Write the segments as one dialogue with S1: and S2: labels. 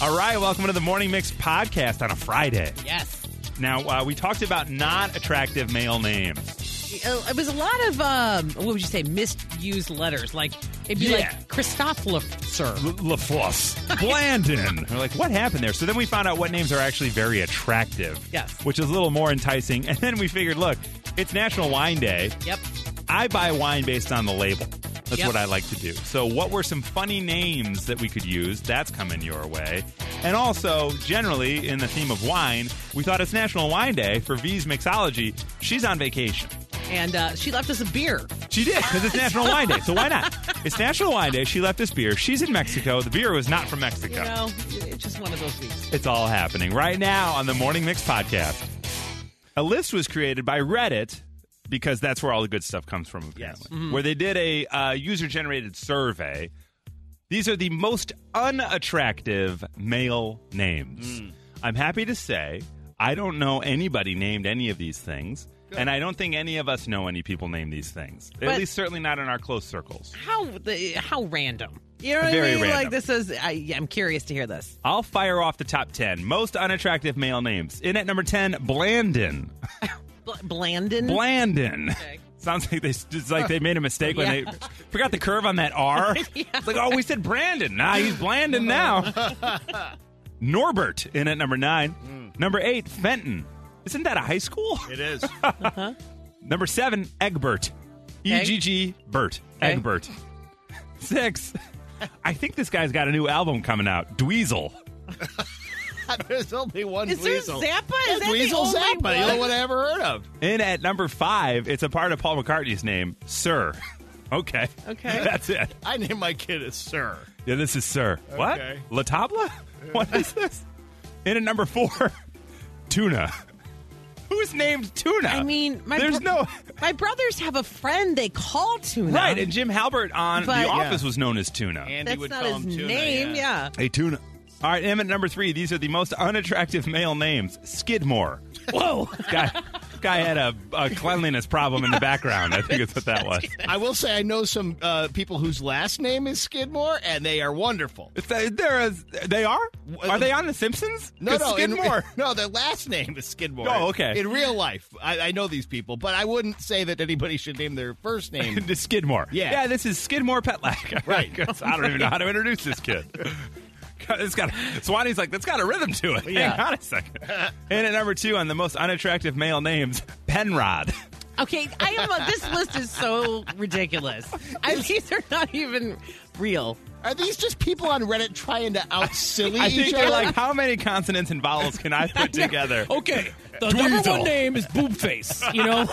S1: All right, welcome to the Morning Mix podcast on a Friday.
S2: Yes.
S1: Now, uh, we talked about not attractive male names.
S2: Uh, It was a lot of, um, what would you say, misused letters. Like, it'd be
S1: Yeah.
S2: like Christophlefsir.
S1: L- LaFluff. Blandon. We're like, what happened there? So then we found out what names are actually very attractive.
S2: Yes.
S1: Which is a little more enticing. And then we figured, look, it's National Wine Day.
S2: Yep.
S1: I buy wine based on the label. That's
S2: Yep.
S1: what I like to do. So, what were some funny names that we could use? That's coming your way. And also, generally, in the theme of wine, we thought it's National Wine Day for V's Mixology. She's on vacation.
S2: And uh, she left us a beer.
S1: She did, because it's National Wine Day. So, why not? It's National Wine Day. She left us beer. She's in Mexico. The beer was not from Mexico.
S2: You know, it's just one of those weeks.
S1: It's all happening right now on the Morning Mix podcast. A list was created by Reddit because that's where all the good stuff comes from, apparently. Where they did a uh, user generated survey. These are the most unattractive male names. I'm happy to say I don't know anybody named any of these things. And I don't think any of us know any people named these things. At
S2: But-
S1: least, certainly not in our close circles.
S2: How the, how random. You know what
S1: Very
S2: I mean?
S1: random.
S2: Like, this is, I, yeah, I'm curious to hear this.
S1: I'll fire off the top 10 most unattractive male names. In at number 10, Blandon.
S2: Bl- Blandon?
S1: Blandon.
S2: Okay.
S1: Sounds like they it's like they made a mistake when
S2: Yeah.
S1: they forgot the curve on that R. It's like, oh, we said Brandon. Nah, he's Blandon now. Norbert in at number nine.
S2: Mm.
S1: Number eight, Fenton. Isn't that a high school?
S3: It is.
S1: Number seven, Egbert. E
S2: Okay.
S1: G G Bert.
S2: Okay.
S1: Egbert. Six. I think this guy's got a new album coming out. Dweezil.
S3: There's only one
S2: Is there
S3: Dweezil.
S2: Zappa? Is that the
S3: Dweezil
S2: only one?
S3: Zappa. The only one I ever heard of.
S1: In at number five, it's a part of Paul McCartney's name, Sir. Okay.
S2: Okay.
S1: That's it.
S3: I named my kid as Sir.
S1: Yeah, this is Sir.
S3: Okay.
S1: What? La Tabla? What is this? In at number four, Tuna. Who's named Tuna?
S2: I mean, my
S1: there's
S2: bro-
S1: no.
S2: My brothers have a friend they call Tuna.
S1: Right, and Jim Halpert on
S2: But-
S1: The
S2: Yeah.
S1: Office was known as Tuna.
S3: Andy
S2: That's
S3: would
S2: not
S3: call
S2: his
S3: him Tuna,
S2: name. Yeah.
S1: hey, Tuna. All right, M at number three. These are the most unattractive male names Skidmore. Whoa. guy, guy had a, a cleanliness problem in the background. I think it's what that was.
S3: I will say I know some uh, people whose last name is Skidmore, and they are wonderful.
S1: It's a- They're a, they are? Are they on The Simpsons?
S3: No,
S1: 'Cause
S3: no, in-
S1: Skidmore.
S3: no, their last name is Skidmore.
S1: Oh, okay.
S3: In real life, I, I know these people, but I wouldn't say that anybody should name their first name.
S1: to Skidmore.
S3: Yeah.
S1: Yeah, this is Skidmore Petlack.
S3: Right.
S1: 'Cause I don't even know how to introduce this kid. God, It's got Swanee's like, that's got a rhythm to it.
S3: Yeah.
S1: Hang on a second. and at number two on the most unattractive male names, Penrod.
S2: Okay, I am. A, this list is so ridiculous. I, these are not even real.
S3: Are these just people on Reddit trying to out silly
S1: I
S3: each
S1: think
S3: other?
S1: they're like, how many consonants and vowels can I put together?
S4: Okay, the number
S1: Dweezil.
S4: one name is Boobface. You know,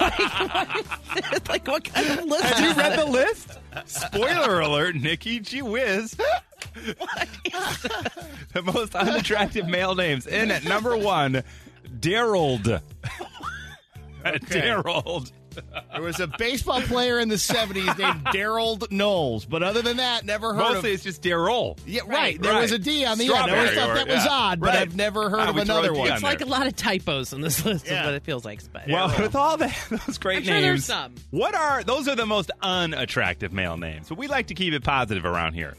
S2: It's like what kind of list?
S1: Have you read the list? Spoiler alert, Nikki. Gee whiz. the most unattractive male names. In at number one, Darold. Darold.
S3: there was a baseball player in the '70s named Daryl Knowles, but other than that, never heard of.
S1: Mostly it's just Darol.
S3: Yeah, right. There
S1: Right.
S3: was a D on the end. I always
S1: Strawberry
S3: thought
S1: or-
S3: that was
S1: yeah.
S3: odd, but
S1: Right.
S3: I've never heard
S1: Ah,
S3: of
S1: we throw a
S3: another
S1: D
S3: one.
S1: on
S2: It's like a lot of typos on this list.
S3: Yeah.
S2: Is what it feels like. But
S1: Well, with all the, those great
S2: I'm sure
S1: names,
S2: there's some.
S1: what are those are the most unattractive male names? But we like to keep it positive around here.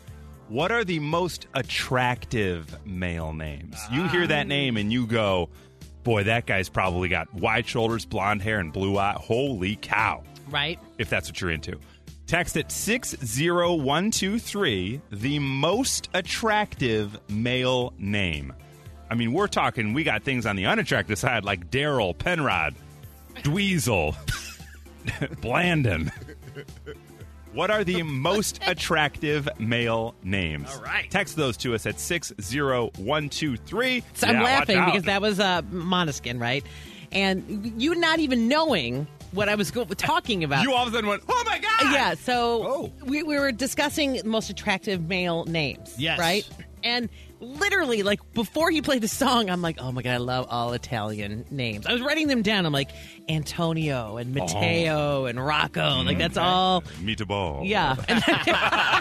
S1: What are the most attractive male names?
S2: Ah.
S1: You hear that name and you go, "Boy, that guy's probably got wide shoulders, blonde hair, and blue eye." Holy cow!
S2: right?
S1: If that's what you're into, text at six zero one two three. The most attractive male name. I mean, we're talking. We got things on the unattractive side like Daryl Penrod. Dweezil. Blandon. What are the most attractive male names? All
S2: right.
S1: Text those to us at 60123.
S2: So
S1: Yeah,
S2: I'm
S1: watch
S2: laughing
S1: out.
S2: because that was uh, Monoskin, right? And you not even knowing what I was go- talking about.
S1: You all of a sudden went, oh my God!
S2: yeah. So
S1: Oh.
S2: we, we were discussing most attractive male names.
S3: Yes.
S2: Right. And literally, like before he played the song, I'm like, oh my god, I love all Italian names. I was writing them down. I'm like Antonio
S1: Oh.
S2: and Matteo and Rocco.
S1: Mm-hmm.
S2: Like that's all.
S1: Meatball.
S2: Yeah. And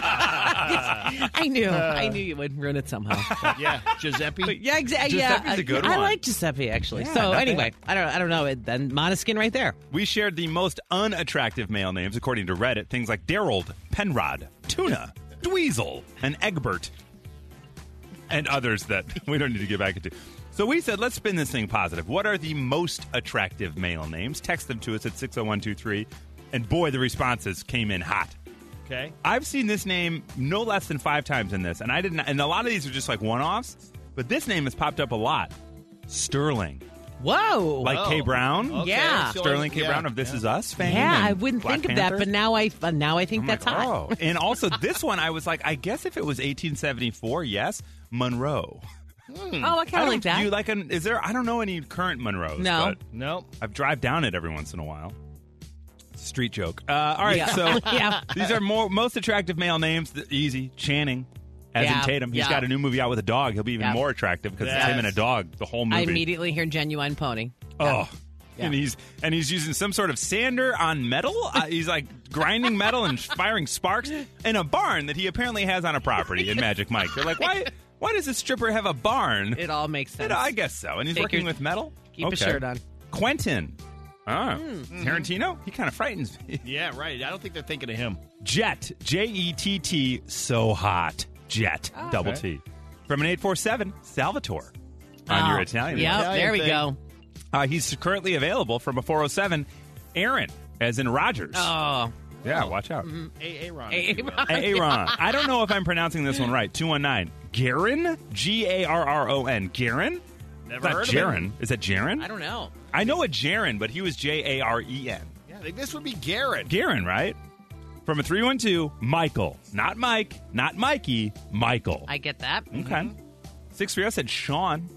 S2: I knew. I knew you would ruin it somehow.
S3: yeah, Giuseppe.
S2: Yeah, exactly. Yeah,
S1: Giuseppe's a good
S2: I
S1: one.
S2: like Giuseppe actually.
S1: Yeah,
S2: so
S1: not
S2: anyway, I don't, I don't know. It, then Monoskin right there.
S1: We shared the most unattractive male names, according to Reddit. Things like Darold, Penrod, Tuna, Dweezil, and Egbert. and others that we don't need to get back into. So we said, let's spin this thing positive. What are the most attractive male names? Text them to us at 60123. And boy, the responses came in hot.
S3: Okay.
S1: I've seen this name no less than five times in this, and I didn't. And a lot of these are just like one offs, but this name has popped up a lot. Sterling,
S2: Whoa.
S1: like
S3: Oh,
S1: K. Brown,
S2: Okay. Yeah.
S3: so
S1: Sterling
S3: I-
S1: K.
S3: yeah.
S1: Brown of This Is Us fame.
S2: yeah,
S1: and
S2: I wouldn't
S1: Black
S2: think of that,
S1: Panther.
S2: but now I uh, now I think
S1: I'm
S2: that's
S1: like,
S2: hot.
S1: oh. and also this one, I was like, I guess if it was 1874, yes, Monroe.
S2: Oh, I kind of
S1: Hmm. don't-
S2: like that.
S1: Do you like an? Is there? I don't know any current Monroes.
S2: No.
S1: but
S3: Nope.
S1: I've drive down it every once in a while. It's a Street joke. Uh, all right,
S2: Yeah.
S1: so
S2: yeah.
S1: these are more most attractive male names. The- Easy Channing, as in
S2: Yeah,
S1: Tatum. He's
S2: yeah.
S1: got a new movie out with a dog. He'll be even
S2: Yeah.
S1: more attractive because it's him
S3: Yes.
S1: and a dog. The whole movie.
S2: I immediately hear genuine pony.
S1: Oh.
S2: Yeah.
S1: And he's and he's using some sort of sander on metal. Uh, he's like grinding metal and firing sparks in a barn that he apparently has on a property in Magic Mike. They're like, why? Why does this stripper have a barn?
S2: It all makes sense.
S1: And I guess so. And he's
S2: Take
S1: working
S2: your-
S1: with metal.
S2: keep a shirt on. Hmm.
S1: Quentin. Oh, Tarantino. He kind of frightens me.
S3: Yeah, right. I don't think they're thinking of him.
S1: Jet. J E T T. So hot. Jet.
S2: Ah.
S1: Double
S3: Okay.
S1: T. From an eight four seven. Salvatore. On
S2: Oh.
S1: your Italian.
S2: Yep,
S3: Italian
S2: there we
S3: thing.
S2: go.
S1: Uh, he's currently available from a 407. Aaron, as in Rogers.
S2: Oh, Mm-hmm.
S1: yeah, watch out.
S3: A. A. Ron. if you will.
S2: Aaron.
S1: Aaron. I don't know if I'm pronouncing this one right. 219. Garin? G A R R O N. Garin? It's
S3: Never
S1: not
S3: heard of him.
S1: Jaron. Is that Jaron?
S2: I don't know.
S1: I know a Jaron, but he was J A R E N.
S3: Yeah, I think this would be Garrett.
S1: Garen, right? From a 312, Michael. Not Mike, not Mikey, Michael.
S2: I Mm-hmm. get that.
S1: okay. 630 said Sean.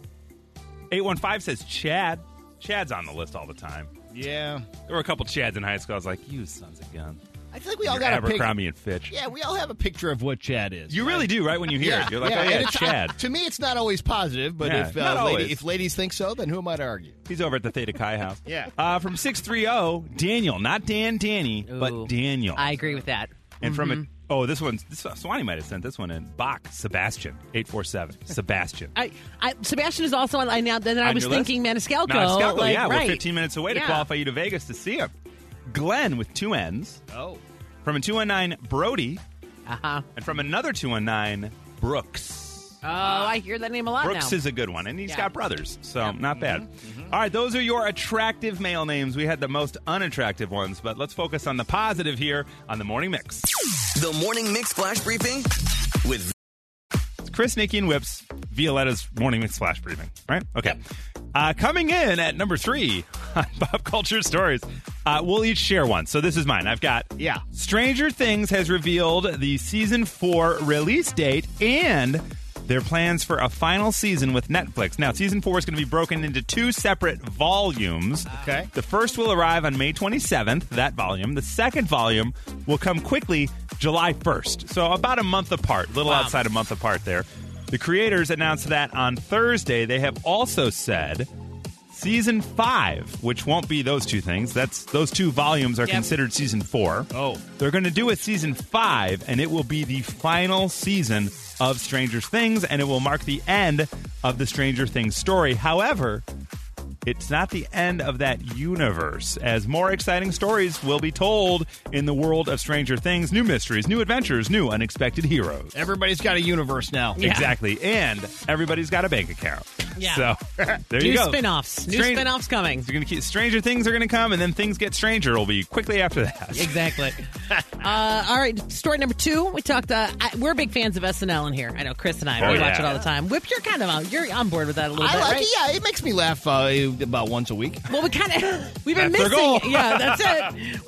S1: 815 says Chad. Chad's on the list all the time.
S3: Yeah.
S1: There were a couple Chads in high school. I was like, you sons of gun.
S3: I think we all
S1: You're
S3: got a picture.
S1: Abercrombie and Fitch.
S3: Yeah, we all have a picture of what Chad is.
S1: You really do, right? When you hear it, you're like, oh, yeah,
S3: and it's-
S1: Chad.
S3: To me, it's not always positive, but
S1: Yeah,
S3: if,
S1: not
S3: uh,
S1: always.
S3: lady, if ladies think so, then who am I to argue?
S1: He's over at the Theta Chi house.
S3: Yeah.
S1: Uh, from 630, Daniel. Not Dan Danny,
S2: Ooh.
S1: but Daniel.
S2: I mm-hmm. agree with that.
S1: And from a, oh, this one's, this, Swanee might have sent this one in. Bach, Sebastian, 847. Sebastian.
S2: I, I Sebastian is also on. I now then I
S1: On
S2: was
S1: your list?
S2: thinking Maniscalco.
S1: Maniscalco,
S2: like,
S1: yeah,
S2: right.
S1: we're 15 minutes away to
S2: Yeah.
S1: qualify you to Vegas to see him. Glenn with two N's.
S3: Oh.
S1: From a 219, Brody.
S2: Uh huh.
S1: And from another 219, Brooks.
S2: Oh, I hear that name a lot
S1: Brooks
S2: now.
S1: is a good one, and he's
S2: Yeah. Mm-hmm.
S1: got brothers, so not bad. All right, those are your attractive male names. We had the most unattractive ones, but let's focus on the positive here on the morning mix.
S5: The Morning Mix Flash Briefing with
S1: It's Chris, Nikki, and Whips, Violetta's morning mix flash briefing, right? Okay. Uh, coming in at number three on Pop Culture Stories, uh, we'll each share one. So this is mine. I've got
S3: Yeah.
S1: Stranger Things has revealed the season four release date and their plans for a final season with Netflix. Now, season four is going to be broken into two separate volumes.
S3: Okay.
S1: The first will arrive on May 27th, that volume. The second volume will come quickly July 1st. So about a month apart, a little outside a month apart there. The creators announced that on Thursday. They have also said season 5, which won't be those two things. That's those two volumes are
S2: Yep.
S1: considered season 4.
S3: Oh.
S1: They're going to do a season five, and it will be the final season of Stranger Things, and it will mark the end of the Stranger Things story. However, it's not the end of that universe, as more exciting stories will be told in the world of Stranger Things new mysteries, new adventures, new unexpected heroes.
S3: Everybody's got a universe now.
S2: Yeah.
S1: Exactly. And everybody's got a bank account.
S2: Yeah.
S1: So there
S2: New
S1: you go.
S2: spin-offs. New
S1: Stranger-
S2: spin-offs coming.
S1: You're gonna keep, stranger things are going to come, and then things get stranger will be quickly after that.
S2: Exactly. uh, all right, story number two. We talked. Uh, I, we're big fans of SNL in here. I know Chris and I.
S1: Oh,
S2: we
S1: yeah.
S2: watch it all the time. Whip, you're kind of on. You're on board with that a little
S3: I
S2: bit,
S3: like
S2: right?
S3: it. Yeah, it makes me laugh uh, about once a week.
S2: Well, we kind of we've been
S1: That's their
S2: missing.
S1: goal.
S2: It. Yeah, that's it.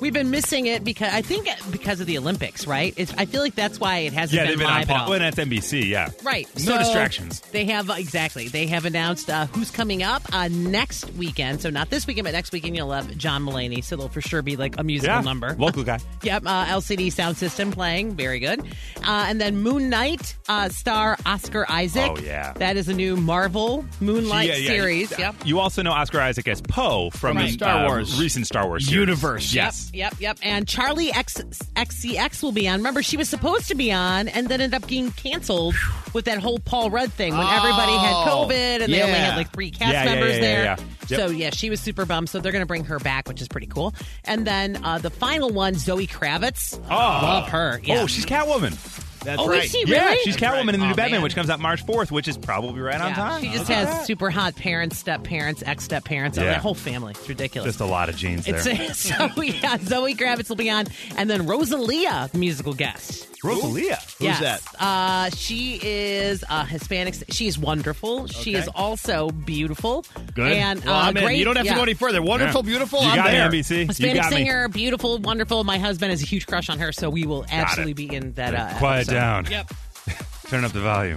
S2: We've been missing it because I think because of the Olympics, right? It's, I feel like that's why it hasn't
S1: Yeah,
S2: been
S1: they've been on
S2: live at
S1: pause.
S2: all.
S1: Well, that's NBC, yeah.
S2: Right.
S1: No
S2: so
S1: distractions.
S2: They have exactly. They have announced uh, who's coming up uh, next weekend. So not this weekend, but next weekend you'll have John Mulaney. So there'll for sure be like a musical
S1: Yeah.
S2: number.
S1: Local guy.
S2: Yep, uh, LCD sound system playing, very good. Uh, and then Moon Knight uh, star Oscar Isaac.
S1: Oh, yeah.
S2: that is a new Marvel Moonlight
S1: Yeah, yeah.
S2: series. Yep.
S1: You also know Oscar Isaac as Poe from
S3: Right.
S1: the
S3: Star
S1: uh,
S3: Wars.
S1: recent Star Wars series.
S3: Universe.
S1: Yes.
S2: Yep, yep. And Charlie X, XCX will be on. Remember, she was supposed to be on and then ended up getting canceled with that whole Paul Rudd thing when everybody had
S3: Oh,
S2: COVID and they only
S3: yeah.
S2: had like three cast
S1: Yeah, yeah,
S2: members
S1: yeah, yeah,
S2: there.
S1: yeah. Yep.
S2: So, yeah, she was super bummed. So, they're going to bring her back, which is pretty cool. And then uh, the final one, Zoe Kravitz.
S1: Oh.
S2: Love her. Yeah.
S1: Oh, she's Catwoman.
S3: That's
S2: Oh,
S3: right.
S2: is she really?
S1: Yeah, she's Catwoman in the
S2: Aw,
S1: new Batman,
S2: man.
S1: which comes out March 4th, which is probably right on
S2: Yeah,
S1: time.
S2: she just
S1: Look at
S2: has
S1: that.
S2: super hot parents, step parents, ex step parents,
S1: Yeah.
S2: the whole family. It's ridiculous.
S1: just a lot of jeans there.
S2: It's so yeah, Zoe Kravitz will be on, and then Rosalia, musical guest.
S1: Rosalia.
S2: yes.
S3: Who's
S2: that? Uh, she is a Hispanic. She is wonderful. She
S3: Okay.
S2: is also beautiful.
S1: Good.
S2: And
S3: Well,
S2: uh,
S3: I'm in.
S2: great,
S3: You don't have
S2: yeah.
S3: to go any further. Wonderful,
S1: Yeah.
S3: beautiful.
S1: You
S3: I'm
S1: got
S3: there.
S1: me, NBC. you
S2: Hispanic
S1: got me.
S2: singer, beautiful, wonderful. My husband has a huge crush on her, so we will absolutely be in that. Uh,
S1: Quiet
S2: episode.
S1: down.
S2: Yep.
S1: Turn up the volume.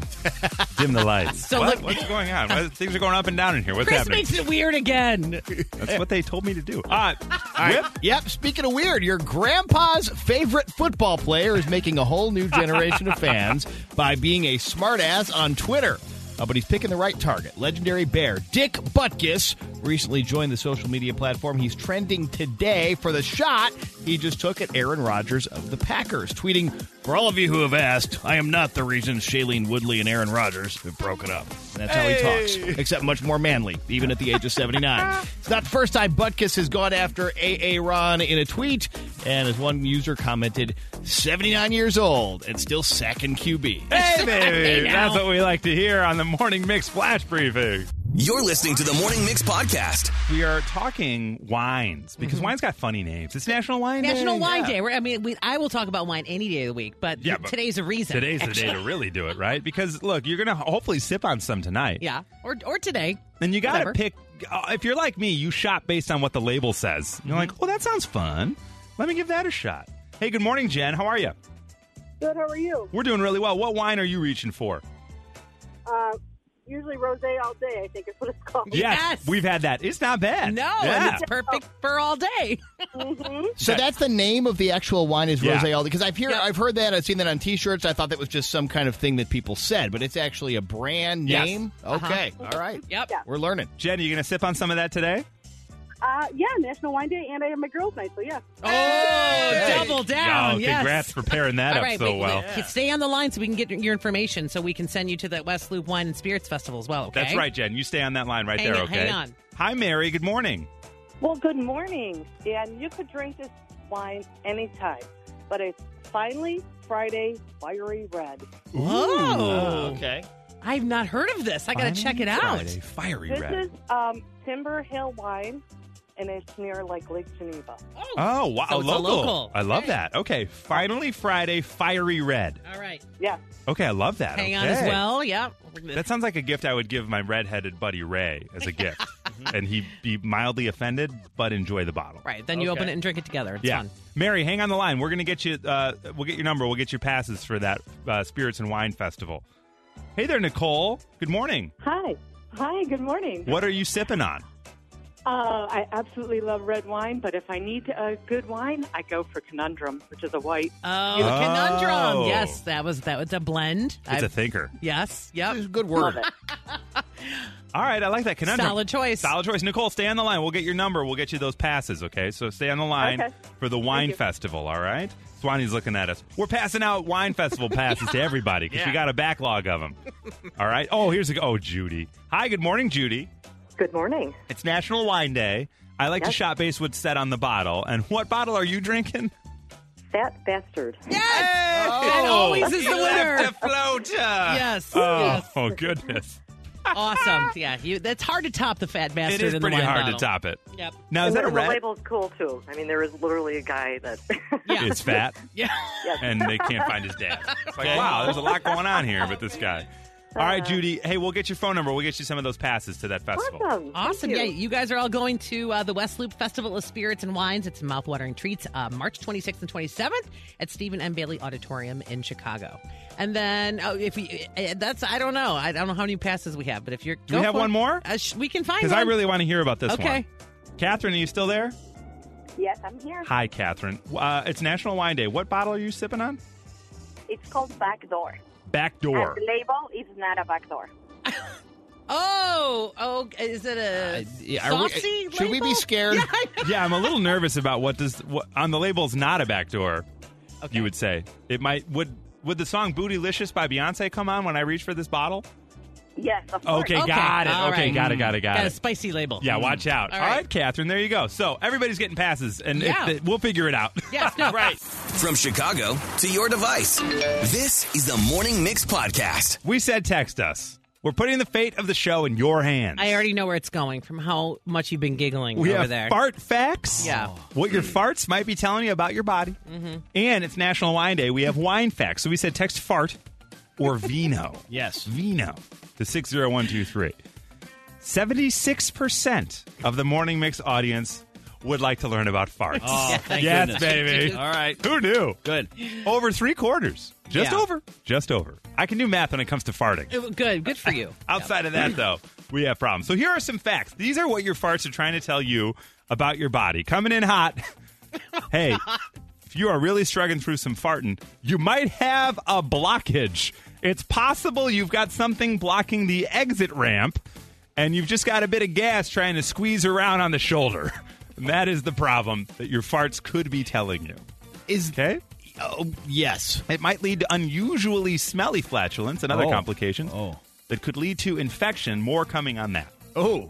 S1: Dim the lights.
S2: So
S1: What?
S2: look-
S1: What's going on? What- Things are going up and down in here. What's
S2: Chris
S1: happening?
S2: makes it weird again.
S1: That's what they told me to do.
S3: All right. All right. Yep. Speaking of weird, your grandpa's favorite football player is making a whole new generation of fans by being a smartass on Twitter. Uh, but he's picking the right target. Legendary bear Dick Butkus recently joined the social media platform. He's trending today for the shot he just took at Aaron Rodgers of the Packers, tweeting, For all of you who have asked, I am not the reason Shailene Woodley and Aaron Rodgers have broken up. And that's how he talks except much more manly, even at the age of 79. it's not the first time Butkus has gone after A.A. Ron in a tweet, and as one user commented, 79 years old and still sacking QB.
S1: Hey, baby.
S2: now.
S1: That's what we like to hear on the Morning Mix Flash Briefing.
S5: You're listening to the Morning Mix Podcast.
S1: We are talking wines because wine's got funny names. It's National Wine Day.
S2: Mm-hmm. National Wine
S1: Yeah.
S2: Day. We're, I mean, we, I will talk about wine any day of the week, but,
S1: Yeah, but
S2: today's a reason.
S1: Today's the day to really do it, right? Because look, you're going to hopefully sip on some tonight.
S2: Yeah, or or today.
S1: And you got to
S2: Whatever.
S1: pick. Uh, if you're like me, you shop based on what the label says.
S2: Mm-hmm.
S1: You're like, oh, that sounds fun. Let me give that a shot. Hey, good morning, Jen. How are you?
S6: Good. How are you?
S1: We're doing really well. What wine are you reaching for?
S6: Uh, usually rosé all day. I think is what it's called.
S2: Yes.
S1: we've had that. It's not bad.
S2: No,
S1: Yeah.
S2: and it's perfect for all day.
S3: So that's the name of the actual wine is
S1: Yeah.
S3: Rosé Aldi because I've hear I've heard that I've seen that on T-shirts. I thought that was just some kind of thing that people said, but it's actually a brand
S1: Yes.
S3: name.
S2: Uh-huh.
S3: Okay, All right,
S2: Yep.
S6: Yeah.
S3: we're learning.
S1: Jen, are you going to sip on some of that today?
S6: Uh, yeah, National Wine Day, and I have my girls' night. So yeah.
S2: Oh,
S6: Uh,
S2: double down.
S1: Oh,
S2: yes.
S1: congrats for pairing that
S2: All
S1: up
S2: right,
S1: so
S2: wait,
S1: well.
S2: wait. Stay on the line so we can get your information so we can send you to that West Loop Wine and Spirits Festival as well, okay?
S1: That's right, Jen. You stay on that line right
S2: Hang
S1: there,
S2: on-
S1: okay?
S2: hang on.
S1: Hi, Mary. Good morning.
S6: Well, good morning. And you could drink this wine anytime, but it's finally Friday Fiery Red.
S2: Whoa.
S3: Okay,
S2: I've not heard of this. I got to check it out.
S1: Friday, fiery
S6: This
S1: red.
S6: is um, Timber Hill wine, and it's near like Lake Geneva.
S1: oh, wow.
S2: So it's a
S1: local.
S2: local.
S1: I love that. Okay. Finally, Friday, fiery red.
S2: All right.
S6: Yeah.
S1: Okay. I love that.
S2: Hang on
S1: Okay.
S2: as well. Yeah. We're gonna-
S1: That sounds like a gift I would give my redheaded buddy Ray as a gift. and he'd be mildly offended, but enjoy the bottle.
S2: right. Then you
S3: Okay.
S2: open it and drink it together. It's
S1: Yeah.
S2: fun.
S1: Mary, hang on the line. We're going to get you, uh, we'll get your number. We'll get you passes for that uh, Spirits and Wine Festival. Hey there, Nicole. Good morning.
S6: Hi. Hi. Good morning.
S1: What are you sipping on?
S6: Uh, I absolutely love red wine, but if I need a good wine, I go for Conundrum, which is a white.
S2: Oh,
S1: Oh.
S2: conundrum. Yes, that was that was a blend.
S1: It's
S2: I've-
S1: a thinker.
S2: yes. Yep.
S3: It's a good
S6: Love
S3: word.
S6: it.
S1: All right. I like that conundrum.
S2: Solid choice.
S1: Solid choice. Nicole, stay on the line. We'll get your number. We'll get you those passes, okay? So stay on the line
S6: Okay.
S1: for the wine
S6: you.
S1: festival, all right? Swanee's looking at us. We're passing out wine festival passes to everybody because we got a backlog of them. all right? Oh, here's a Oh, Judy. Hi, good morning, Judy.
S6: Good morning.
S1: It's National Wine Day. I like to
S6: Yes.
S1: shop base what's set on the bottle. And what bottle are you drinking?
S6: Fat bastard.
S2: Yes.
S3: Oh.
S2: That always is the
S1: You
S2: winner.
S1: left a floater.
S2: Yes.
S1: Oh,
S2: Yes.
S1: oh, goodness.
S2: awesome. Yeah, you, that's hard to top the fat bastard.
S1: It is
S2: in
S1: pretty
S2: the wine
S1: hard
S2: bottle.
S1: to top it.
S2: Yep.
S1: Now, Oh, is
S6: And
S1: that a
S6: the- the
S1: red?
S6: label's cool too. I mean, there is literally a guy that.
S2: Yeah.
S1: It's fat.
S2: yeah.
S6: yes.
S1: and they can't find his dad. It's like, wow, there's a lot going on here with this guy. All right,
S2: Uh,
S1: Judy. Hey, we'll get your phone number. We'll get you some of those passes to that festival.
S6: Awesome. Thank
S2: Awesome.
S6: you.
S2: Yeah, you guys are all going to uh, the West Loop Festival of Spirits and Wines. It's mouthwatering treats uh, March 26th and 27th at Stephen M. Bailey Auditorium in Chicago. And then oh, if we, uh, that's, I don't know. I don't know how many passes we have, but if you're.
S1: Do we
S2: go
S1: have
S2: for
S1: one
S2: it.
S1: more?
S2: Uh, sh- we can find
S1: Because
S2: one.
S1: I really want to hear about this
S2: Okay.
S1: one. Catherine, are you still there?
S7: Yes, I'm here.
S1: Hi, Catherine. Uh, it's National Wine Day. What bottle are you sipping on?
S7: It's called back door.
S1: Back
S7: And
S1: door.
S7: the label is not a back door.
S2: Oh, oh, is it a.
S3: Uh, yeah, are we-
S2: saucy
S3: should we be
S2: label?
S3: scared?
S2: Yeah, I know.
S1: Yeah, I'm a little nervous about what does what, on the label's not a back door.
S2: Okay.
S1: You would say it might would would the song "Bootylicious" by Beyonce come on when I reach for this bottle?
S7: Yes, of course.
S1: Okay, got it.
S2: All
S1: okay,
S2: right.
S1: got it, got it, got
S2: Got a
S1: it.
S2: spicy label.
S1: Yeah, watch out.
S2: Mm. All
S1: All
S2: right.
S1: right, Catherine, there you go. So everybody's getting passes, and if
S2: Yeah.
S1: th- we'll figure it out.
S2: Yes, no.
S1: right.
S5: From Chicago to your device, this is the Morning Mix Podcast.
S1: We said text us. We're putting the fate of the show in your hands.
S2: I already know where it's going from how much you've been giggling
S1: we
S2: over
S1: have
S2: there.
S1: fart facts.
S2: Yeah. Mm-hmm.
S1: What your farts might be telling you about your body. And it's National Wine Day. We have wine facts. So we said text fart or vino.
S3: Yes.
S1: Vino to 60123. 76% of the Morning Mix audience would like to learn about farts.
S3: Oh, thank
S1: yes,
S3: goodness.
S1: baby.
S3: All right.
S1: Who knew?
S3: Good.
S1: Over three quarters. Just
S2: Yeah.
S1: over. Just over. I can do math when it comes to farting.
S2: Good, good for you.
S1: Outside of that, though, we have problems. So here are some facts. These are what your farts are trying to tell you about your body. Coming in hot. hey, if you are really struggling through some farting, you might have a blockage. It's possible you've got something blocking the exit ramp, and you've just got a bit of gas trying to squeeze around on the shoulder. And that is the problem that your farts could be telling you.
S3: Is
S1: Okay?
S3: oh, yes.
S1: It might lead to unusually smelly flatulence and other
S3: Oh.
S1: complications
S3: Oh.
S1: that could lead to infection. More coming on that.
S3: Oh.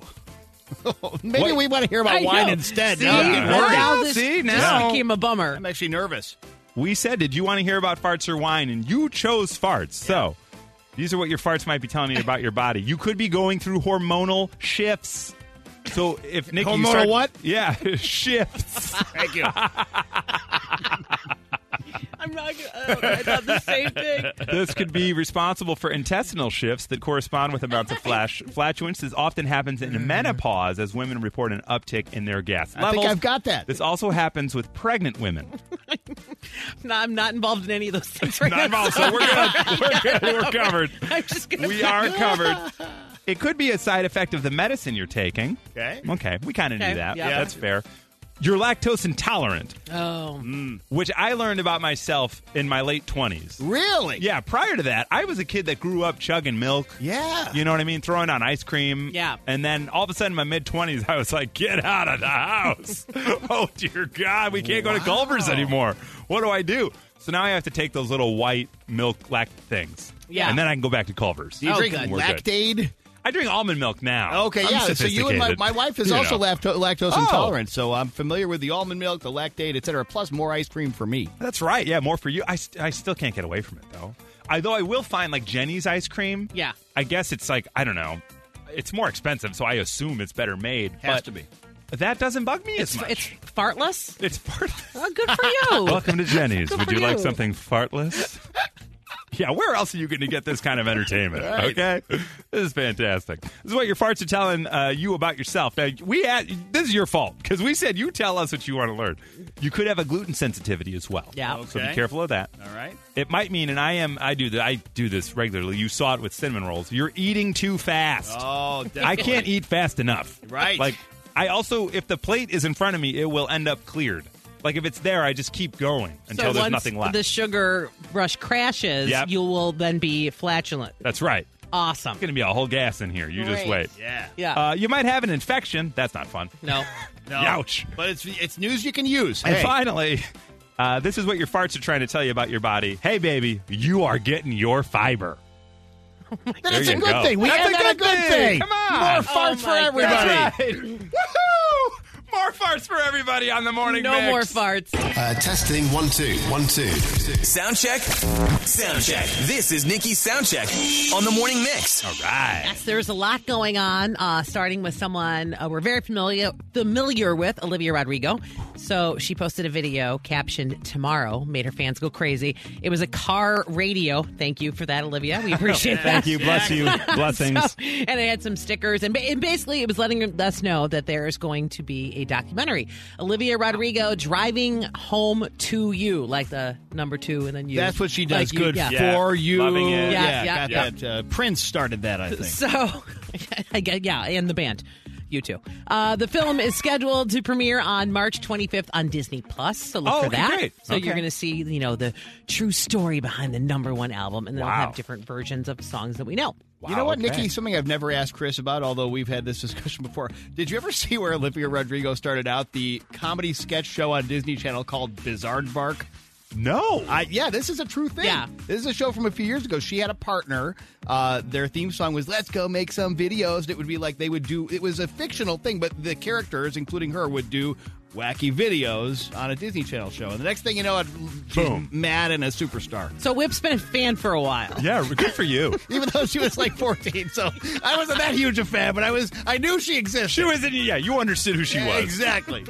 S3: Maybe
S1: What?
S3: we want to hear about wine
S2: know.
S3: instead.
S2: See,
S3: Now I'm
S1: Yeah.
S3: getting
S1: Wow.
S3: worried.
S2: now
S1: Yeah,
S2: this,
S1: see,
S2: this
S1: now-
S2: became a bummer.
S3: I'm actually nervous.
S1: We said, did you want to hear about farts or wine? And you chose farts. So these are what your farts might be telling you about your body. You could be going through hormonal shifts. So if Nikki, you
S3: Hormonal
S1: start-
S3: what?
S1: Yeah, shifts.
S3: Thank you.
S2: I'm not. gonna- oh, I thought the same thing.
S1: this could be responsible for intestinal shifts that correspond with amounts of flash flatulence. This often happens in menopause, as women report an uptick in their gas
S3: Mm. I
S1: levels.
S3: think I've got that.
S1: This also happens with pregnant women.
S2: No, I'm not involved in any of those things right now.
S1: involved, so we're good. We're good. We're covered.
S2: I'm just gonna
S1: We
S2: say-
S1: are covered. It could be a side effect of the medicine you're taking.
S3: Okay.
S1: Okay. We kind of
S2: Okay,
S1: knew that.
S2: yeah.
S1: That's fair. You're lactose intolerant,
S2: Oh,
S1: which I learned about myself in my late 20s.
S3: Really?
S1: Yeah. Prior to that, I was a kid that grew up chugging milk.
S3: Yeah.
S1: You know what I mean? Throwing on ice cream.
S2: Yeah.
S1: And then all of a sudden, in my mid 20s, I was like, get out of the house. oh, dear God. We can't go to Culver's anymore. What do I do? So now I have to take those little white milk lact things.
S2: Yeah. Oh,
S1: And then I can go back to Culver's.
S3: Do you drink
S1: good. We're good.
S3: lactaid?
S1: I drink almond milk now.
S3: Okay,
S1: I'm
S3: yeah. So you and my,
S1: sophisticated.
S3: my wife is
S1: You
S3: also
S1: know.
S3: lacto- lactose
S1: Oh.
S3: intolerant, so I'm familiar with the almond milk, the lactate, etc. Plus more ice cream for me.
S1: That's right. Yeah, more for you. I, st- I still can't get away from it though. I though I will find like Jenny's ice cream.
S2: Yeah.
S1: I guess it's like I don't know. It's more expensive, so I assume it's better made.
S3: Has
S1: but
S3: to be.
S1: That doesn't bug me
S2: it's
S1: as much.
S2: it's fartless.
S1: it's fartless.
S2: Well, good for you.
S1: Welcome to Jenny's.
S2: Good
S1: Would
S2: for
S1: you, like
S2: you.
S1: something fartless? yeah, where else are you going to get this kind of entertainment? Okay, this is fantastic. This is what your farts are telling uh, you about yourself. Now we had this is your fault because we said you tell us what you want to learn. You could have a gluten sensitivity as well.
S2: Yeah.
S1: so be
S3: Okay.
S1: careful of that.
S3: All right.
S1: It might mean, and I am, I do that, I do this regularly. You saw it with cinnamon rolls. You're eating too fast.
S3: Oh, definitely.
S1: I can't eat fast enough.
S3: Right.
S1: Like I also, if the plate is in front of me, it will end up cleared. Like if it's there, I just keep going until
S2: so
S1: there's
S2: once
S1: nothing left.
S2: the sugar rush crashes,
S1: Yep.
S2: you will then be flatulent.
S1: That's right.
S2: Awesome.
S1: It's gonna be a whole gas in here. You just
S2: Great.
S1: wait.
S3: Yeah.
S2: Yeah.
S1: Uh, you might have an infection. That's not fun.
S2: no.
S3: No.
S1: Ouch.
S3: But it's it's news you can use.
S1: And
S3: Hey.
S1: finally, uh, this is what your farts are trying to tell you about your body. Hey, baby, you are getting your fiber.
S3: Then
S1: There
S3: it's a
S1: you
S3: good
S1: go.
S3: thing. We
S1: That's
S3: have
S1: a
S3: that
S1: good thing. Come on.
S3: More
S1: Oh
S2: my
S3: farts for everybody.
S1: That's right. Woohoo! More farts for everybody on the morning.
S2: No
S1: mix.
S2: more farts.
S8: Uh, testing one two one two.
S5: Sound check. Sound check. This is Nikki's sound check on the Morning Mix.
S1: All right.
S2: Yes, there's a lot going on, uh, starting with someone uh, we're very familiar familiar with, Olivia Rodrigo. So she posted a video captioned "Tomorrow," made her fans go crazy. It was a car radio. Thank you for that, Olivia. We appreciate that.
S1: Thank you. Bless you. Blessings.
S2: So- and it had some stickers, and, ba- and basically it was letting us know that there is going to be a documentary. Olivia Rodrigo driving home to you, like the number two, and then you.
S3: That's what she does.
S2: Like you-
S3: good
S2: yeah.
S1: Yeah.
S3: for you.
S1: Loving it.
S2: Yeah,
S3: Yeah,
S2: yeah,
S3: got
S2: yeah.
S3: that. Uh, Prince started that, I think.
S2: So, I get- yeah, and the band, you two. Uh, the film is scheduled to premiere on March 25th on Disney Plus. So look
S1: Oh,
S2: for
S1: okay,
S2: that.
S1: great.
S2: So you're
S1: Okay.
S2: going to see, you know, the true story behind the number one album, and then
S1: Wow.
S2: we'll have different versions of songs that we know.
S3: you know what, Nikki? Something I've never asked Chris about, although we've had this discussion before. Did you ever see where Olivia Rodrigo started out the comedy sketch show on Disney Channel called Bizarre Bark?
S1: No.
S3: I, yeah, this is a true thing.
S2: Yeah.
S3: This is a show from a few years ago. She had a partner. Uh, their theme song was Let's Go Make Some Videos. And it would be like they would do, it was a fictional thing, but the characters, including her, would do wacky videos on a Disney Channel show. And the next thing you know, it, she's
S1: Boom.
S3: mad and a superstar.
S2: So Whip's been a fan for a while.
S1: yeah, good for you.
S3: Even though she was like 14. So I wasn't that huge a fan, but I was, I knew she existed.
S1: She was in, yeah, you understood who she was.
S3: Exactly.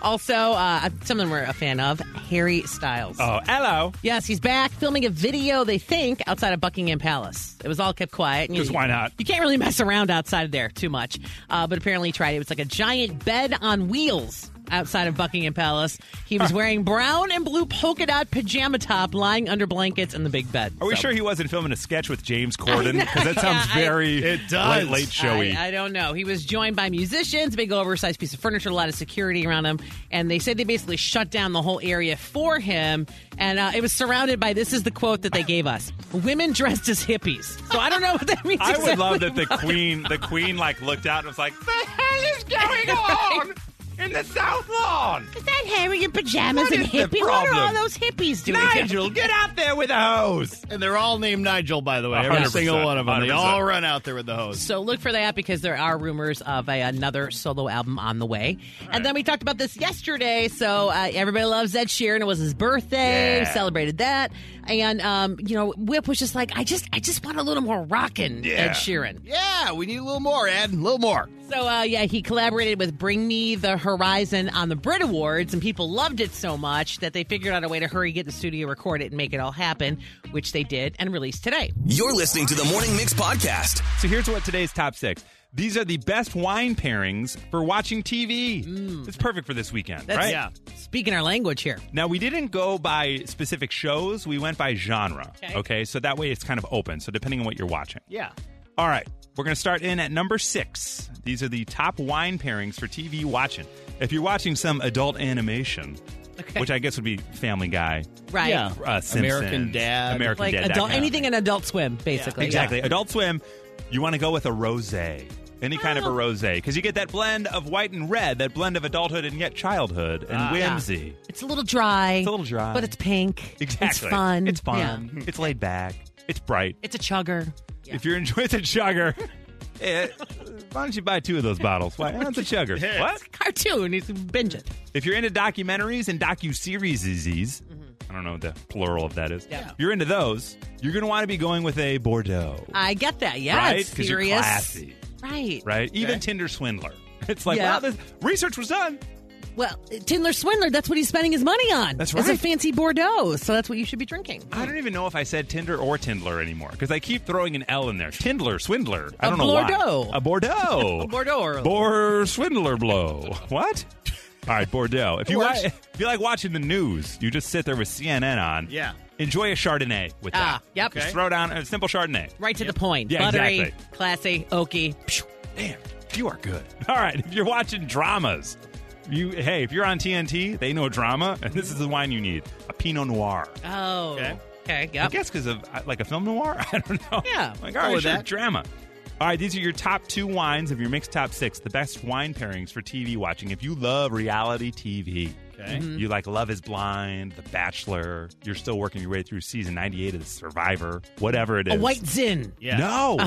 S2: Also, uh, someone we're a fan of, Harry Styles.
S1: Oh, hello.
S2: Yes, he's back filming a video, they think, outside of Buckingham Palace. It was all kept quiet. and you-
S1: 'Cause why not?
S2: You can't really mess around outside of there too much. Uh, but apparently he tried it. It was like a giant bed on wheels outside of Buckingham Palace. He was wearing brown and blue polka dot pajama top, lying under blankets in the big bed.
S1: Are we
S2: So-
S1: sure he wasn't filming a sketch with James Corden? Because that sounds
S2: Yeah, I-
S1: very
S3: It does.
S1: late, late showy.
S2: I, I don't know. He was joined by musicians, big oversized piece of furniture, a lot of security around him, and they said they basically shut down the whole area for him. And uh, it was surrounded by this is the quote that they gave us: "Women dressed as hippies." So I don't know what that means.
S1: I would love that
S2: exactly.
S1: the queen, the queen, like looked out and was like, "The hell is going on in the South Lawn?
S2: Is that Harry in pajamas
S1: What
S2: and
S1: is the
S2: hippie? What are all
S1: problem?
S2: those hippies doing?
S1: Nigel, get out there with a hose."
S3: and they're all named Nigel, by the way. Every
S1: 100%,
S3: single one of them. They
S1: 100%.
S3: all run out there with the hose.
S2: So look for that because there are rumors of a, another solo album on the way. And then we talked about this yesterday. So uh, everybody loves Ed Sheeran. It was his birthday. We
S1: Yeah.
S2: Celebrated that. And um, you know, Whip was just like, I just, I just want a little more rockin'
S1: Yeah.
S2: Ed Sheeran.
S3: Yeah, we need a little more, Ed. A little more.
S2: So uh, yeah, he collaborated with Bring Me the Horizon on the Brit Awards, and people loved it so much that they figured out a way to hurry, get in the studio, record it, and make it all happen, which they did and released today.
S5: You're listening to the Morning Mix podcast.
S1: So here's what today's top six. These are the best wine pairings for watching TV. It's perfect for this weekend,
S2: That's-
S1: right?
S3: Yeah.
S2: Speaking our language here.
S1: Now we didn't go by specific shows. We went by genre.
S2: Okay.
S1: So that way it's kind of open. So depending on what you're watching.
S3: Yeah.
S1: All right, we're going to start in at number six. These are the top wine pairings for TV watching. If you're watching some adult animation,
S2: Okay.
S1: which I guess would be Family Guy,
S2: Right.
S3: Yeah.
S1: uh, Simpsons,
S3: American Dad.
S1: American
S2: like
S1: Dad, that
S2: adult
S1: kind of
S2: anything
S1: thing.
S2: in Adult Swim, basically.
S1: exactly. Adult Swim. You want to go with a rosé, any kind
S2: Oh.
S1: of a rosé, because you get that blend of white and red, that blend of adulthood and yet childhood and
S2: Ah,
S1: whimsy.
S2: It's a little dry. It's
S1: a little dry.
S2: but it's pink.
S1: Exactly.
S2: It's fun.
S1: It's fun.
S2: Yeah.
S1: It's laid back. It's bright.
S2: It's a chugger.
S1: If you're enjoying the chugger, eh, why don't you buy two of those bottles? Why? That's a chugger. What?
S2: Cartoon. It's binge it.
S1: If you're into documentaries and docu-series, I don't know what the plural of that is.
S2: Yeah.
S1: If you're into those, you're going to want to be going with a Bordeaux,
S2: I get that. Yeah.
S1: right?
S2: It's
S1: you're
S2: Uh, serious.
S1: classy,
S2: Right.
S1: right? Even Tinder swindler. It's like,
S2: Yeah.
S1: wow, this research was done.
S2: Well, Tindler Swindler, that's what he's spending his money on.
S1: That's
S2: It's a
S1: right.
S2: fancy Bordeaux, so that's what you should be drinking.
S1: I don't even know if I said Tinder or Tindler anymore because I keep throwing an L in there. Tindler, swindler. I
S2: A
S1: don't know
S2: Bordeaux.
S1: why. A Bordeaux.
S2: A Bordeaux.
S1: Bor swindler blow. What? All right, Bordeaux. If you watch, if you like watching the news, you just sit there with CNN on.
S3: Yeah.
S1: Enjoy a Chardonnay with that.
S2: Ah, yep.
S1: Just
S2: Okay.
S1: throw down a simple Chardonnay.
S2: Right to the point.
S1: Yeah,
S2: Buttery,
S1: exactly.
S2: classy, oaky. Pshh.
S1: Damn, you are good. All right, if you're watching dramas, you hey, if you're on TNT, they know drama, and this is the wine you need: a Pinot Noir.
S2: Oh.
S3: Okay.
S2: Okay,
S1: I
S2: yep.
S1: guess because of uh, like a film noir. I don't know.
S2: Yeah,
S1: like
S3: go
S1: all right,
S3: with
S1: sure,
S3: that.
S1: drama. All right, these are your top two wines of your mixed top six, the best wine pairings for TV watching. If you love reality TV,
S3: Okay.
S2: Mm-hmm.
S1: you like Love Is Blind, The Bachelor, you're still working your way through season 98 of The Survivor, whatever it is.
S2: A white zin.
S3: Yeah.
S1: No,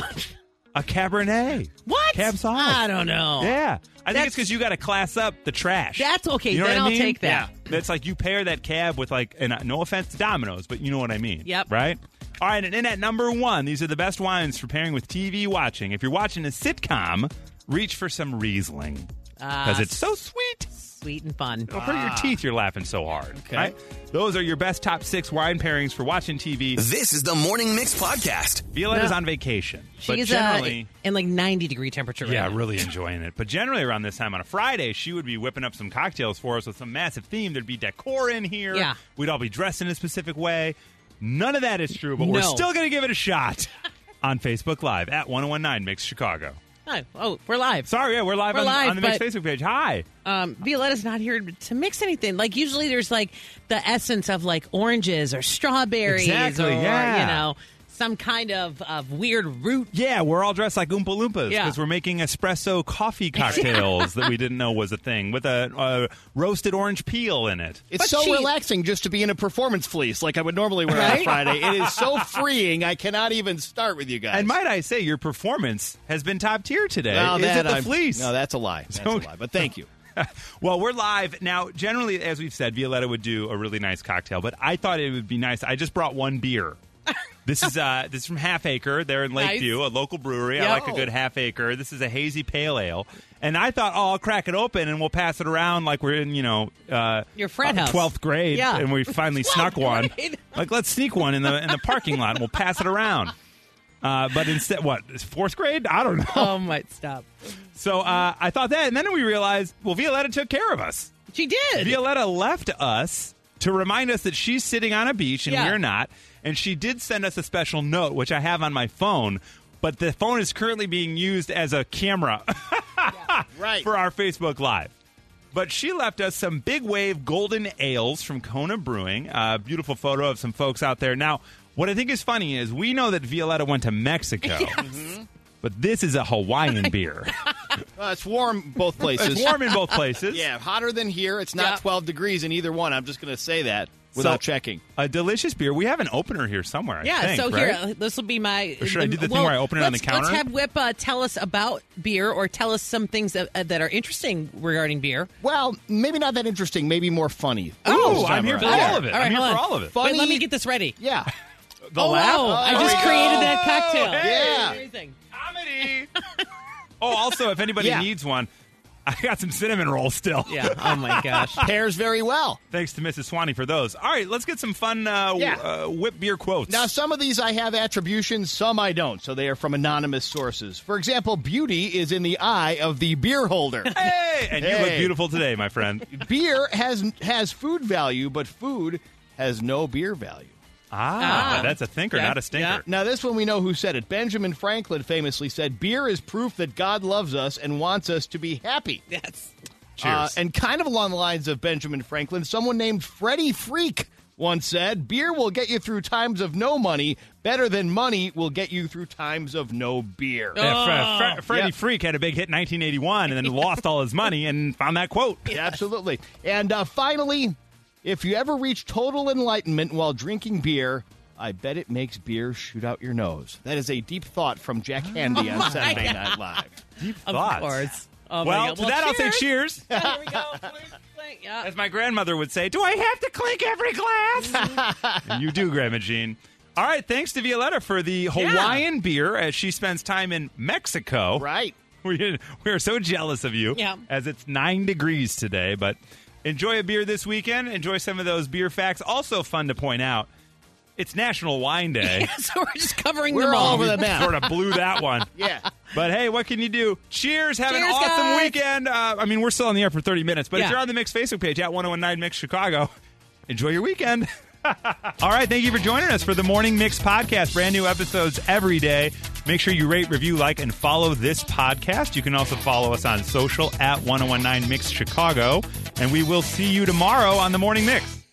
S1: a Cabernet.
S2: What?
S1: Cab sauv.
S2: I don't know.
S1: Yeah, I think
S2: That's-
S1: it's because you got to class up the trash.
S2: That's okay,
S1: You know
S2: then
S1: what I
S2: I'll
S1: mean?
S2: take that.
S1: Yeah. That's like you pair that cab with like, and uh, no offense to Domino's, but you know what I mean.
S2: Yep.
S1: Right. All right, and in at number one, these are the best wines for pairing with TV watching. If you're watching a sitcom, reach for some Riesling
S2: Ah,
S1: because it's so sweet.
S2: Sweet and fun.
S1: It'll hurt your teeth. You're laughing so hard.
S3: Okay.
S1: Right? Those are your best top six wine pairings for watching TV.
S5: This is the Morning Mix podcast.
S1: Violetta's on vacation, but
S2: She's
S1: generally.
S2: uh, in like 90 degree temperature.
S1: Yeah,
S2: right now.
S1: really enjoying it. But generally around this time on a Friday, she would be whipping up some cocktails for us with some massive theme. There'd be decor in here.
S2: Yeah.
S1: We'd all be dressed in a specific way. None of that is true, but we're
S2: No.
S1: still going to give it a shot on Facebook Live at 1019 Mix Chicago.
S2: Oh, oh, we're live.
S1: Sorry, yeah, we're live,
S2: We're
S1: on,
S2: live,
S1: on the Mix
S2: but-
S1: Facebook page. Hi.
S2: Um, Violetta's not here to mix anything. Like usually, there's like the essence of like oranges or strawberries,
S1: Exactly,
S2: or
S1: yeah.
S2: you know some kind of, of weird root.
S1: Yeah, we're all dressed like Oompa Loompas because
S2: Yeah.
S1: we're making espresso coffee cocktails that we didn't know was a thing with a, uh roasted orange peel in it.
S3: It's
S2: But
S3: so
S2: she-
S3: relaxing just to be in a performance fleece like I would normally wear on
S2: Right?
S3: Friday. It is so freeing. I cannot even start with you guys.
S1: And might I say, your performance has been top tier today.
S3: Well,
S1: Is
S3: that
S1: it the
S3: I'm-
S1: fleece?
S3: No, that's a lie. That's a
S1: Okay.
S3: lie. But thank you.
S1: Well, we're live now. Generally, as we've said, Violetta would do a really nice cocktail, but I thought it would be nice. I just brought one beer. This is uh, this is from Half Acre. They're in
S2: Nice.
S1: Lakeview, a local brewery. I
S2: Yo.
S1: like a good Half Acre. This is a hazy pale ale, and I thought, oh, I'll crack it open and we'll pass it around like we're in, you know, uh,
S2: Your frat house.
S1: twelfth grade,
S2: Yeah.
S1: and we finally snuck one.
S2: grade.
S1: Like, let's sneak one in the in the parking lot and we'll pass it around. Uh, but instead, what it's fourth grade? I don't know.
S2: Oh, might stop.
S1: So uh, I thought that, and then we realized, well, Violetta took care of us.
S2: She did.
S1: Violetta left us to remind us that she's sitting on a beach and
S2: Yeah.
S1: we're not. And she did send us a special note, which I have on my phone. But the phone is currently being used as a camera
S3: Right.
S1: for our Facebook Live. But she left us some big wave golden ales from Kona Brewing. A beautiful photo of some folks out there. Now, what I think is funny is we know that Violetta went to Mexico, Mm-hmm. but this is a Hawaiian beer.
S3: Uh, it's warm both places.
S1: it's warm in both places.
S3: Yeah, hotter than here. It's not
S2: Yeah.
S3: 12 degrees in either one. I'm just going to say that without
S1: So-
S3: checking.
S1: A delicious beer. We have an opener here somewhere. I
S2: Yeah,
S1: think,
S2: so
S1: right?
S2: here, this will be my.
S1: Or should I do the thing where I open it on the
S2: let's-
S1: counter?
S2: Let's have Whip uh, tell us about beer or tell us some things that, uh, that are interesting regarding beer.
S3: Well, maybe not that interesting. Maybe more funny.
S1: Oh,
S3: This
S1: I'm
S3: time
S1: here for
S3: around.
S1: all of it.
S2: All right,
S1: I'm here
S2: hold
S1: for
S2: on.
S1: all of it.
S3: Funny-
S2: Wait, let me get this ready.
S3: Yeah.
S1: The
S2: oh,
S1: laugh.
S2: wow. I
S3: Oh,
S2: just
S3: my
S2: created
S3: God.
S2: that cocktail.
S3: Yeah.
S2: Amazing.
S1: Comedy. oh, also, if anybody
S3: Yeah.
S1: needs one, I got some cinnamon rolls still.
S2: Yeah. Oh, my gosh.
S3: Pairs very well.
S1: Thanks to Mrs. Swanee for those. All right, let's get some fun uh, w-
S3: Yeah.
S1: uh, whip beer quotes.
S3: Now, some of these I have attributions, some I don't, so they are from anonymous sources. For example, beauty is in the eye of the beer holder.
S1: hey, and you look
S3: Hey.
S1: beautiful today, my friend.
S3: beer has has food value, but food has no beer value.
S1: ah,
S2: Ah.
S1: that's a thinker,
S2: Yeah,
S1: not a stinker.
S3: Now, this one we know who said it. Benjamin Franklin famously said, "Beer is proof that God loves us and wants us to be happy."
S2: Yes.
S1: Cheers.
S3: Uh, and kind of along the lines of Benjamin Franklin, someone named Freddie Freak once said, Beer will get you through times of no money better than money will get you through times of no beer.
S1: Oh, Yeah, Fre- Fre- Freddie
S3: Yeah.
S1: Freak had a big hit in 1981 and then lost all his money and found that quote.
S3: Absolutely. And uh, finally, if you ever reach total enlightenment while drinking beer, I bet it makes beer shoot out your nose. That is a deep thought from Jack Handy on Saturday Night Live.
S2: Of
S1: Thoughts?
S2: course. Oh, my
S1: well,
S2: God.
S1: to that I'll say cheers.
S2: There we go. Please, please. Yeah.
S1: As my grandmother would say, do I have to clink every glass? And you do, Grandma Jean. All right, thanks to Violetta for the Hawaiian beer as she spends time in Mexico.
S3: Right.
S1: We, we are so jealous of you
S2: Yeah.
S1: as it's nine degrees today, but enjoy a beer this weekend. Enjoy some of those beer facts. Also, fun to point out, it's National Wine Day.
S2: so we're just covering
S3: We're
S2: them
S3: all
S2: all.
S3: over the map.
S1: sort of blew that one.
S3: Yeah.
S1: But hey, what can you do? Cheers. Have an
S2: Cheers,
S1: awesome
S2: guys.
S1: weekend. Uh, I mean, we're still on the air for 30 minutes, but if
S2: Yeah.
S1: you're on the Mix Facebook page at 1019 Mix Chicago, enjoy your weekend. All right, thank you for joining us for the Morning Mix podcast. Brand new episodes every day. Make sure you rate, review, like, and follow this podcast. You can also follow us oh on social at 1019 Mix Chicago. And we will see you tomorrow on the Morning Mix.